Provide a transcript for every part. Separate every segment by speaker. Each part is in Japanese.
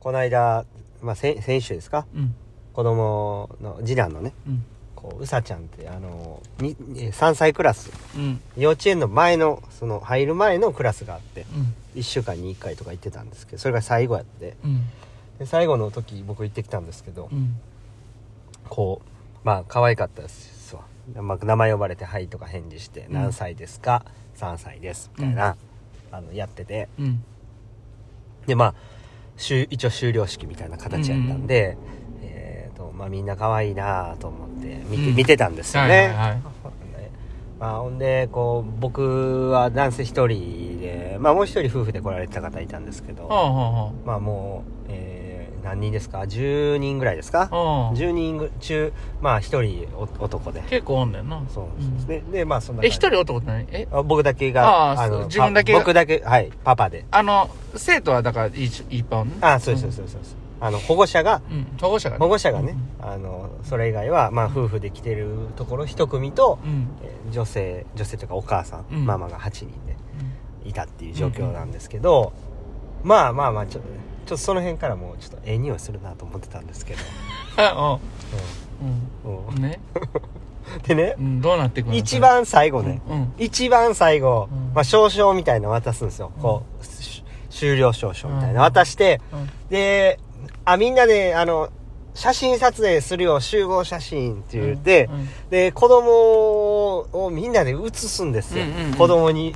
Speaker 1: この間、まあ、先先週ですか
Speaker 2: うん
Speaker 1: 子供の次男のね
Speaker 2: うん
Speaker 1: こううさちゃんってあのに3歳クラス
Speaker 2: うん
Speaker 1: 幼稚園の前のその入る前のクラスがあって
Speaker 2: うん
Speaker 1: 1週間に1回とか行ってたんですけどそれが最後やって
Speaker 2: うん
Speaker 1: で最後の時僕行ってきたんですけど
Speaker 2: うん
Speaker 1: こうまあ可愛かったですわ、まあ、名前呼ばれて「はい」とか返事して「
Speaker 2: うん
Speaker 1: 何歳ですか ?3 歳です」みたいな、あのやってて
Speaker 2: うん
Speaker 1: でまあ終一応終了式みたいな形やったんで、えーとまあ、みんな可愛いなと思って見て,、
Speaker 2: うん
Speaker 1: 見てたんですよ
Speaker 2: はい
Speaker 1: ね、
Speaker 2: はいはい
Speaker 1: まあ、ほんでこう僕は男性一人で、まあ、もう一人夫婦で来られてた方いたんですけど、
Speaker 2: はあは
Speaker 1: まあもう、えー何人ですか10人ぐらいですか
Speaker 2: あはあ
Speaker 1: 10人ぐ中まあ1人お男で
Speaker 2: 結構おんねんな
Speaker 1: そう
Speaker 2: うん
Speaker 1: ですね、でまあそんな感
Speaker 2: え一
Speaker 1: じ
Speaker 2: 人男って何え
Speaker 1: あ僕だけが
Speaker 2: あーそう
Speaker 1: パ
Speaker 2: 自分だけが
Speaker 1: 僕だけはいパパで
Speaker 2: あの生徒はだから一一般ね
Speaker 1: あーそうですそうですそうです、あの保護者が
Speaker 2: うん保護者がね
Speaker 1: 保護者がね、あのそれ以外は、まあ、夫婦で来てるところ一組と、
Speaker 2: うんうん
Speaker 1: えー女性女性というかお母さん、
Speaker 2: うん
Speaker 1: ママが8人でいたっていう状況なんですけど、まあまあまあちょっとねちょっとその辺からもうちょっとええ匂いするなと思ってたんですけど、
Speaker 2: あ
Speaker 1: う
Speaker 2: うん
Speaker 1: うん
Speaker 2: うんね
Speaker 1: でね
Speaker 2: うんどうなっていくの
Speaker 1: 一番最後ね、
Speaker 2: うん
Speaker 1: 一番最後、
Speaker 2: うん
Speaker 1: まあ、証書みたいなの渡すんですよ、
Speaker 2: うん
Speaker 1: こうし終了証書みたいなの渡して、
Speaker 2: うん
Speaker 1: であみんなであの写真撮影するよ集合写真って言って、
Speaker 2: うんうん
Speaker 1: で子供をみんなで写すんですよ、
Speaker 2: うんうんうん
Speaker 1: 子供に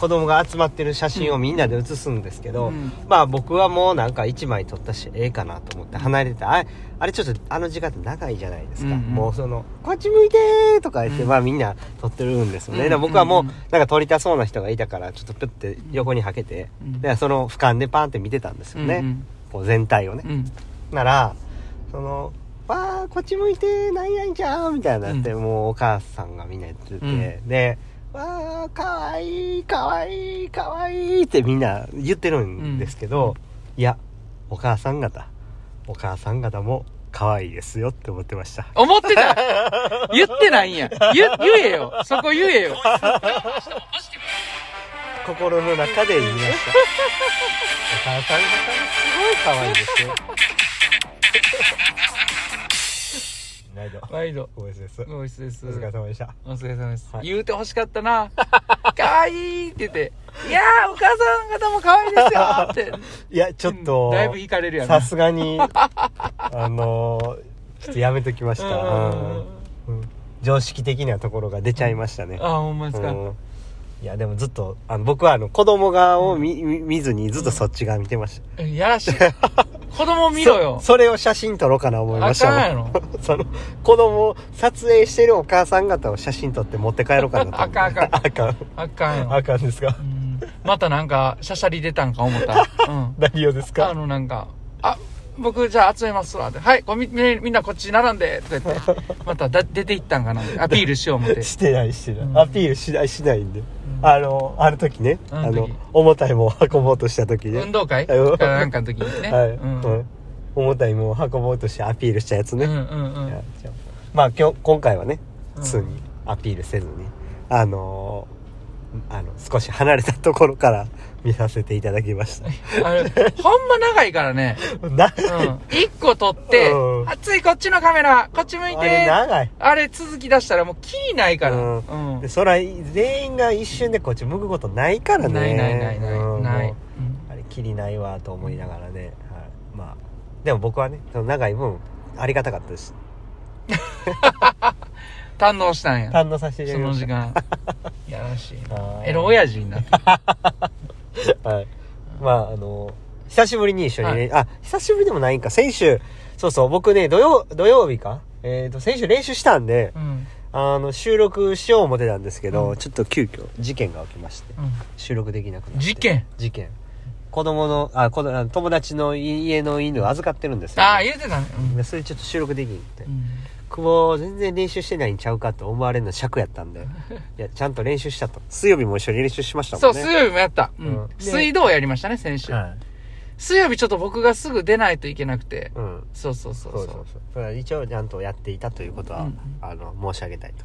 Speaker 1: 子供が集まってる写真をみんなで写すんですけど、
Speaker 2: うん
Speaker 1: まあ僕はもうなんか1枚撮ったしええかなと思って離れてたあれあれちょっとあの時間って長いじゃないですか、
Speaker 2: うんうん
Speaker 1: もうその「こっち向いて!」とか言って、
Speaker 2: うん
Speaker 1: まあみんな撮ってるんですよね、
Speaker 2: うんうん
Speaker 1: で僕はもうなんか撮りたそうな人がいたからちょっとピュッて横にはけて、
Speaker 2: うん
Speaker 1: でその俯瞰でパーンって見てたんですよね、
Speaker 2: うん
Speaker 1: こう全体をね
Speaker 2: う、ん
Speaker 1: ならその「わあこっち向いてなんやんちゃん」みたいになって、もうお母さんがみんな言ってて、
Speaker 2: うん
Speaker 1: で「わあかわいいかわいいかわいい」ってみんな言ってるんですけど、いやお母さん方お母さん方も可愛いですよって思ってました
Speaker 2: 思ってた言ってないんや言言えよそこ言えよ
Speaker 1: 心の中で言いましたお母さん方もすごい可愛いですよ 毎度
Speaker 2: 毎度
Speaker 1: ごめんなさいです
Speaker 2: ご一緒です
Speaker 1: お疲れ様でした
Speaker 2: お疲れ様です、
Speaker 1: はい
Speaker 2: 言うて欲しかったな 可愛いって言って「いやーお母さん方も可愛いですよ」って
Speaker 1: いや ちょっと、
Speaker 2: うんだいぶ引かれるやん
Speaker 1: さすが にあのちょっとやめときました、うんうん常識的なところが出ちゃいましたね、
Speaker 2: あほんまですか、
Speaker 1: うんいやでもずっとあの僕はあの子供側を見,、見ずにずっとそっち側見てました、
Speaker 2: い やらしい子供見ろよ
Speaker 1: そそれを写真撮ろうかな思いま
Speaker 2: あ
Speaker 1: したもん
Speaker 2: かんやろ
Speaker 1: その子供を撮影してるお母さん方を写真撮って持って帰ろうかなと思って
Speaker 2: あかんあかん
Speaker 1: あかん
Speaker 2: あかん
Speaker 1: あ
Speaker 2: よ、
Speaker 1: かんですか
Speaker 2: うん、またなんかしゃしゃり出たんか思った、うん、
Speaker 1: 何をです
Speaker 2: あ
Speaker 1: か
Speaker 2: のなんか「あ僕じゃあ集めますわ」って「はいこうみみみんなこっち並んで」とか 言ってまただ出て行ったんかなってアピールしよう思って
Speaker 1: して ないしてない、
Speaker 2: うん
Speaker 1: アピールしないしないんで、あのあの時ねあ
Speaker 2: あ
Speaker 1: の
Speaker 2: の時
Speaker 1: 重たいもんを運ぼうとした時ね、
Speaker 2: 運動会か
Speaker 1: うん
Speaker 2: なんかの時にね、
Speaker 1: はい、
Speaker 2: うん
Speaker 1: うん重たいもんを運ぼうとしてアピールしたやつね、
Speaker 2: うん
Speaker 1: い
Speaker 2: うんうん
Speaker 1: やじゃあまあ今日今回はね
Speaker 2: うん
Speaker 1: 普通にアピールせずに、あのーあの少し離れたところから見させていただきました
Speaker 2: あれ、ほんま長いからね。
Speaker 1: な
Speaker 2: うん。一個取って
Speaker 1: う、ん
Speaker 2: あっついこっちのカメラ、こっち向い
Speaker 1: あれ
Speaker 2: て。
Speaker 1: 長い
Speaker 2: あれ続き出したらもうキリないから。
Speaker 1: う
Speaker 2: うんん。
Speaker 1: でそら全員が一瞬でこっち向くことないからね
Speaker 2: ないないないない。
Speaker 1: うん
Speaker 2: な
Speaker 1: も。
Speaker 2: いう
Speaker 1: あれきりないわと思いながらね、はい、まあでも僕はねその長い分ありがたかったです
Speaker 2: 堪能したんや。
Speaker 1: 堪能させていた
Speaker 2: そ
Speaker 1: だき
Speaker 2: の
Speaker 1: まし
Speaker 2: 時
Speaker 1: た
Speaker 2: 間。やらしいな。
Speaker 1: あー
Speaker 2: エロ親父に なった。
Speaker 1: はいまああの久しぶりに一緒にね、あ久しぶりでもないんか先週そうそう僕ね土曜土曜日かえっ、と先週練習したんで
Speaker 2: うん。
Speaker 1: あの収録しよう思ってたんですけど、
Speaker 2: うん
Speaker 1: ちょっと急遽事件が起きまして
Speaker 2: う
Speaker 1: 収録できなくなっ
Speaker 2: ん。
Speaker 1: て
Speaker 2: 事件
Speaker 1: 事件子供のあ子供あの友達の家の犬を預かってるんですよ、
Speaker 2: ああ、言うてたね。
Speaker 1: でそれちょっと収録できんって、
Speaker 2: うん。うん
Speaker 1: 久保全然練習してないんちゃうかと思われるの尺やったんで いやちゃんと練習したと水曜日も一緒に練習しましたも
Speaker 2: そ
Speaker 1: ん
Speaker 2: う、
Speaker 1: ね
Speaker 2: 水曜日もやった。う
Speaker 1: うん
Speaker 2: ん。
Speaker 1: で
Speaker 2: 水道やりましたね、先週。
Speaker 1: はい
Speaker 2: 水曜日ちょっと僕がすぐ出ないといけなくて。
Speaker 1: うん
Speaker 2: そうそう
Speaker 1: そ
Speaker 2: そ
Speaker 1: うう
Speaker 2: そ
Speaker 1: そうう。そうだから一応ちゃんとやっていたということは、
Speaker 2: うん
Speaker 1: あの申し上げたいと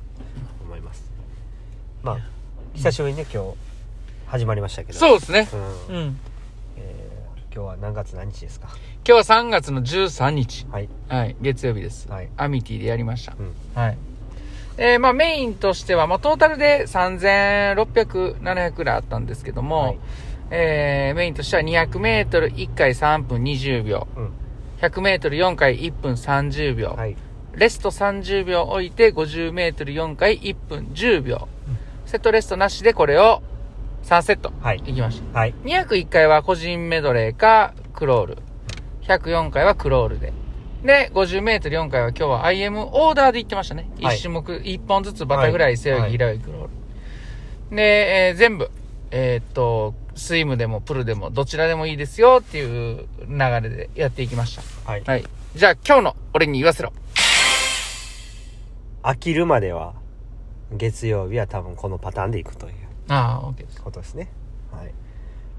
Speaker 1: 思いますまあ久しぶりにね今日始まりましたけど
Speaker 2: そうですね。
Speaker 1: うん
Speaker 2: うん。
Speaker 1: えー今日は何月何日ですか
Speaker 2: 今日は3月の13日。
Speaker 1: はい
Speaker 2: はい。月曜日です。
Speaker 1: はい
Speaker 2: アミティでやりました。
Speaker 1: うん
Speaker 2: はい。えー、まあメインとしては、まあトータルで3600、700くらいあったんですけども、
Speaker 1: はい
Speaker 2: えー、メインとしては200メートル1回3分20秒、
Speaker 1: うん
Speaker 2: 100メートル4回1分30秒、
Speaker 1: はい
Speaker 2: レスト30秒置いて50メートル4回1分10秒、
Speaker 1: うん
Speaker 2: セットレストなしでこれを3セット、
Speaker 1: はい
Speaker 2: いきました。
Speaker 1: はい
Speaker 2: 201回は個人メドレーかクロール。104回はクロールで。で、50メートル4回は今日は IM オーダーで行ってましたね。一
Speaker 1: はい
Speaker 2: 1種目、1本ずつバタフライ、
Speaker 1: はい
Speaker 2: 背泳
Speaker 1: は
Speaker 2: ぎ、
Speaker 1: い
Speaker 2: 平泳ぎ、クロール。で、えー全部、えーっと、スイムでもプルでもどちらでもいいですよっていう流れでやっていきました。
Speaker 1: はい
Speaker 2: はい。じゃあ今日の俺に言わせろ。
Speaker 1: 飽きるまでは月曜日は多分このパターンでいくという
Speaker 2: ああ、OK です。
Speaker 1: ことですねはい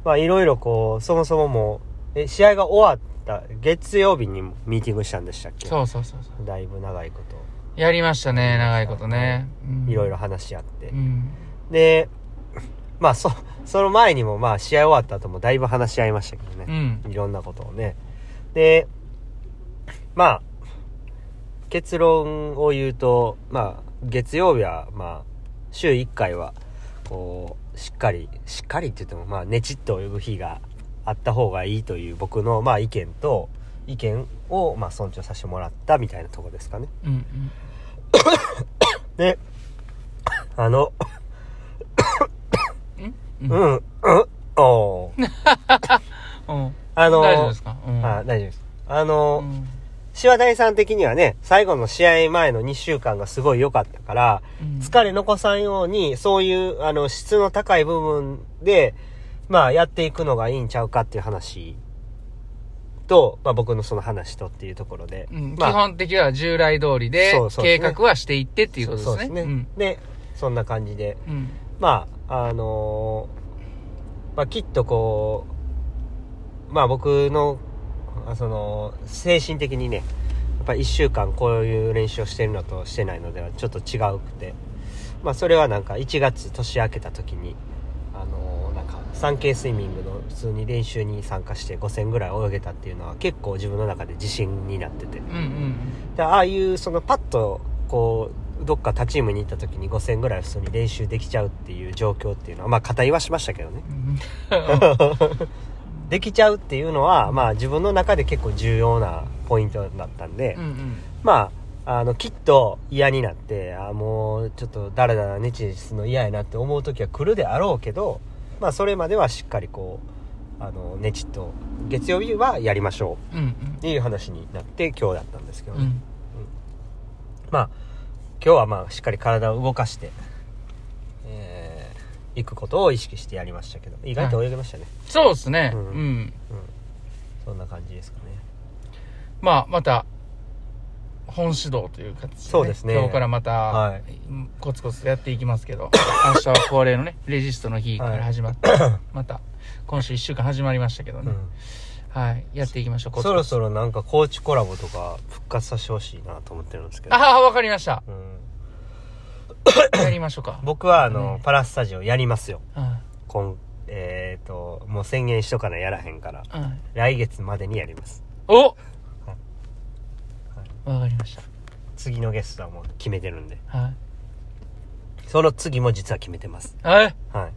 Speaker 1: まあいろいろこうそもそももうえ試合が終わった月曜日にミーティングしたんでしたっけ
Speaker 2: そうそうそうそう。
Speaker 1: だいぶ長いこと
Speaker 2: やりましたね、長いことね。うん
Speaker 1: いろいろ。話し合って、
Speaker 2: うん。
Speaker 1: でまあそその前にもまあ試合終わった後もだいぶ話し合いましたけど
Speaker 2: う
Speaker 1: ね、
Speaker 2: ん。
Speaker 1: いろんなことをねでまあ結論を言うとまあ月曜日はまあ週1回はこうしっかりしっかりって言ってもまあねちっと泳ぐ日があった方がいいという僕のまあ意見と意見をまあ尊重させてもらったみたいなとこですかね
Speaker 2: うん。うん。
Speaker 1: で、あの、
Speaker 2: う
Speaker 1: うんん、うん、おー
Speaker 2: うん
Speaker 1: あの、
Speaker 2: 大丈夫ですか、うん
Speaker 1: あ大丈夫です。あ
Speaker 2: う
Speaker 1: の、
Speaker 2: ん
Speaker 1: シワ大さん的にはね、最後の試合前の2週間がすごい良かったから、
Speaker 2: うん
Speaker 1: 疲れ残さんように、そういう、あの、質の高い部分で、まあ、やっていくのがいいんちゃうかっていう話と、まあ、僕のその話とっていうところで、
Speaker 2: うん
Speaker 1: まあ
Speaker 2: 基本的には従来通りで
Speaker 1: そうそうで
Speaker 2: 計
Speaker 1: すね
Speaker 2: 画はしていってっていうことです
Speaker 1: そ
Speaker 2: ね。
Speaker 1: うですね。
Speaker 2: ん
Speaker 1: で、そんな感じで、
Speaker 2: うん
Speaker 1: まああのーまあきっとこうまあ僕のあその精神的にねやっぱ1週間こういう練習をしてるのとしてないのではちょっと違うくてまあそれはなんか1月年明けた時にあのーなんか 3K スイミングの普通に練習に参加して5000ぐらい泳げたっていうのは結構自分の中で自信になってて
Speaker 2: うんうん
Speaker 1: でああいうそのパッとこうどっか他チームに行った時に5000ぐらい普通に練習できちゃうっていう状況っていうのはまあ肩言わしましたけどね できちゃうっていうのはまあ自分の中で結構重要なポイントだったんで、
Speaker 2: うんうん
Speaker 1: まああのきっと嫌になってあーもうちょっとだらだらネチネチするの嫌やなって思う時は来るであろうけどまあそれまではしっかりこうあのネチっと月曜日はやりましょう
Speaker 2: うん
Speaker 1: っていう話になって今日だったんですけど
Speaker 2: うん
Speaker 1: ね、
Speaker 2: うん
Speaker 1: まあ今日はまあしっかり体を動かして、えー行くことを意識してやりましたけど意外と泳げましたね、
Speaker 2: そうですね、う
Speaker 1: うんんそんな感じですかね
Speaker 2: まあまた本指導という形で、
Speaker 1: そうですね
Speaker 2: 今日からまた、
Speaker 1: は
Speaker 2: コツコツやっていきますけど 明日は恒例のねレジストの日から始ま って、また今週1週間始まりましたけど
Speaker 1: う
Speaker 2: ね、
Speaker 1: ん
Speaker 2: はいやっていきましょうコツコツ
Speaker 1: そろそろなんかコーチコラボとか復活させてほしいなと思ってるんですけど、
Speaker 2: ああわかりました
Speaker 1: うん、
Speaker 2: やりましょうか
Speaker 1: 僕はあの、
Speaker 2: うん
Speaker 1: パラスタジオやりますよ
Speaker 2: は
Speaker 1: 今えっ、ともう宣言しとかなやらへんから
Speaker 2: いはい
Speaker 1: 来月までにやります
Speaker 2: おわかりまし
Speaker 1: 次のゲストはもう決めてるんで
Speaker 2: た。はい。
Speaker 1: その次も実は決めてます
Speaker 2: はい。
Speaker 1: はい。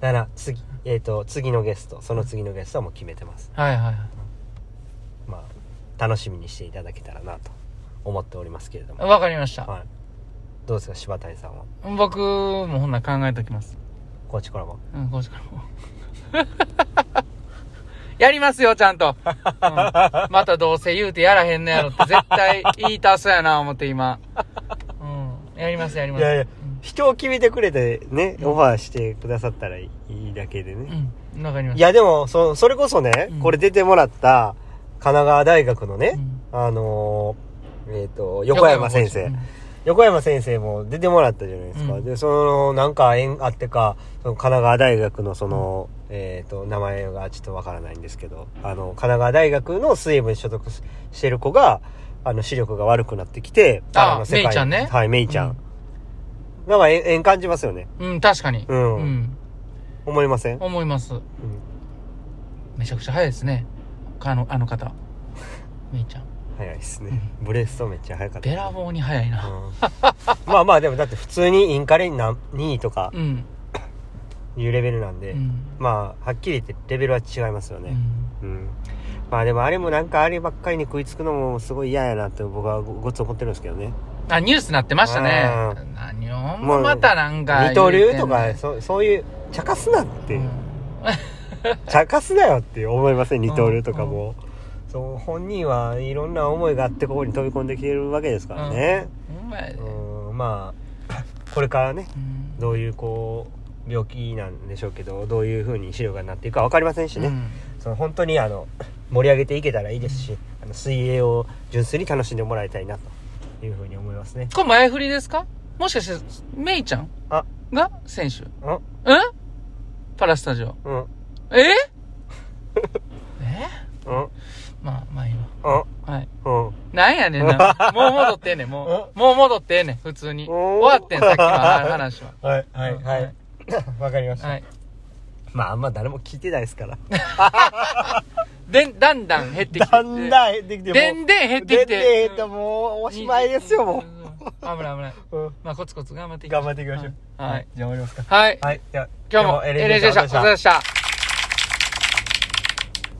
Speaker 1: だから、次、えっ、と、次のゲスト、その次のゲストはもう決めてます。
Speaker 2: はいはい。
Speaker 1: まあ、楽しみにしていただけたらなと思っておりますけれども。
Speaker 2: わかりました。
Speaker 1: はい。どうですか、柴谷さんは。
Speaker 2: 僕もほんなら考えときます。
Speaker 1: コーチコラボ。
Speaker 2: うん、こっちからも。 やりますよ、ちゃんと。うんまたどうせ言うてやらへんのやろって絶対言いたそうやな、思って今。うん。やります、やります。
Speaker 1: いやいや人を決めてくれてね、オファーしてくださったらいいだけでね。
Speaker 2: うん。わかりま
Speaker 1: い
Speaker 2: した。
Speaker 1: や、でも、そ、それこそね、
Speaker 2: うん
Speaker 1: これ出てもらった、神奈川大学の
Speaker 2: う
Speaker 1: ね、
Speaker 2: ん
Speaker 1: あのーえっ、と、横山先生。横山先生も出てもらったじゃないですか。
Speaker 2: うん
Speaker 1: で、その、なんか縁あってか、その神奈川大学のその、えっ、と、名前がちょっとわからないんですけど、あの、神奈川大学の水泳部に所属ししてる子が、あの、視力が悪くなってきて、
Speaker 2: あ
Speaker 1: の
Speaker 2: メイちゃんね
Speaker 1: はい、メイちゃん。なんか縁、縁感じますよね。
Speaker 2: うん、確かに。
Speaker 1: うん
Speaker 2: うん。
Speaker 1: 思いません、うん
Speaker 2: 思います。めちゃくちゃ早いですねあのあの方めいちゃん
Speaker 1: 早いですね、ブレストめっちゃ早かった
Speaker 2: べらぼうに早いな、
Speaker 1: うんまあまあでもだって普通にインカレにな2位とか
Speaker 2: うん。
Speaker 1: いうレベルなんで、
Speaker 2: うん
Speaker 1: まあはっきり言ってレベルは違いますよ
Speaker 2: う
Speaker 1: ね、
Speaker 2: ん
Speaker 1: うんまあでもあれもなんかあればっかりに食いつくのもすごい嫌やなって僕はごごっつ思ってるんですけどね
Speaker 2: あ、ニュースなってましたね
Speaker 1: う。
Speaker 2: 何を
Speaker 1: もう
Speaker 2: またなんか
Speaker 1: 二
Speaker 2: 言う
Speaker 1: 刀
Speaker 2: てんねん。
Speaker 1: 流とかそうそういう茶化すなって、
Speaker 2: うん
Speaker 1: 茶化すなよって思いません二刀流とか
Speaker 2: う
Speaker 1: も、そう本人はいろんな思いがあってここに飛び込んできてるわけですからね、
Speaker 2: ほんまやで
Speaker 1: うん、まあこ れからね
Speaker 2: うん
Speaker 1: どういうこう病気なんでしょうけどどういうふうに資料がなっていくか分かりませんしね、
Speaker 2: うん
Speaker 1: その本当にあの盛り上げていけたらいいですしあの水泳を純粋に楽しんでもらいたいなというふうに思いますね
Speaker 2: これ前振りですかもしかして、メイちゃん
Speaker 1: あ
Speaker 2: が選手。
Speaker 1: あ
Speaker 2: うんパラスタジオ。
Speaker 1: うんうん
Speaker 2: え えまあ、まあ今。
Speaker 1: う
Speaker 2: はい。
Speaker 1: んうん
Speaker 2: なんやねんな。もう戻ってんねん、もう。もう戻ってんねん、普通に。終わってん、さっきの話は。
Speaker 1: はいは
Speaker 2: うん
Speaker 1: わかりました、
Speaker 2: はい。
Speaker 1: まああんま誰も聞いてないですから
Speaker 2: で、だんだん減ってきて。
Speaker 1: だんだん減ってきて
Speaker 2: で
Speaker 1: も
Speaker 2: んでん減
Speaker 1: う
Speaker 2: ってき
Speaker 1: でん
Speaker 2: て。
Speaker 1: でん減ってもうおしまいですよも
Speaker 2: うん。危ない危ない。
Speaker 1: う、うん、
Speaker 2: まあ、コツコツ頑張っていきましょ
Speaker 1: 頑張っていきましょう
Speaker 2: はい。
Speaker 1: じゃあ終わりますか
Speaker 2: はい。
Speaker 1: はいじゃあ
Speaker 2: 今日も LJ でした。お疲れ様でした。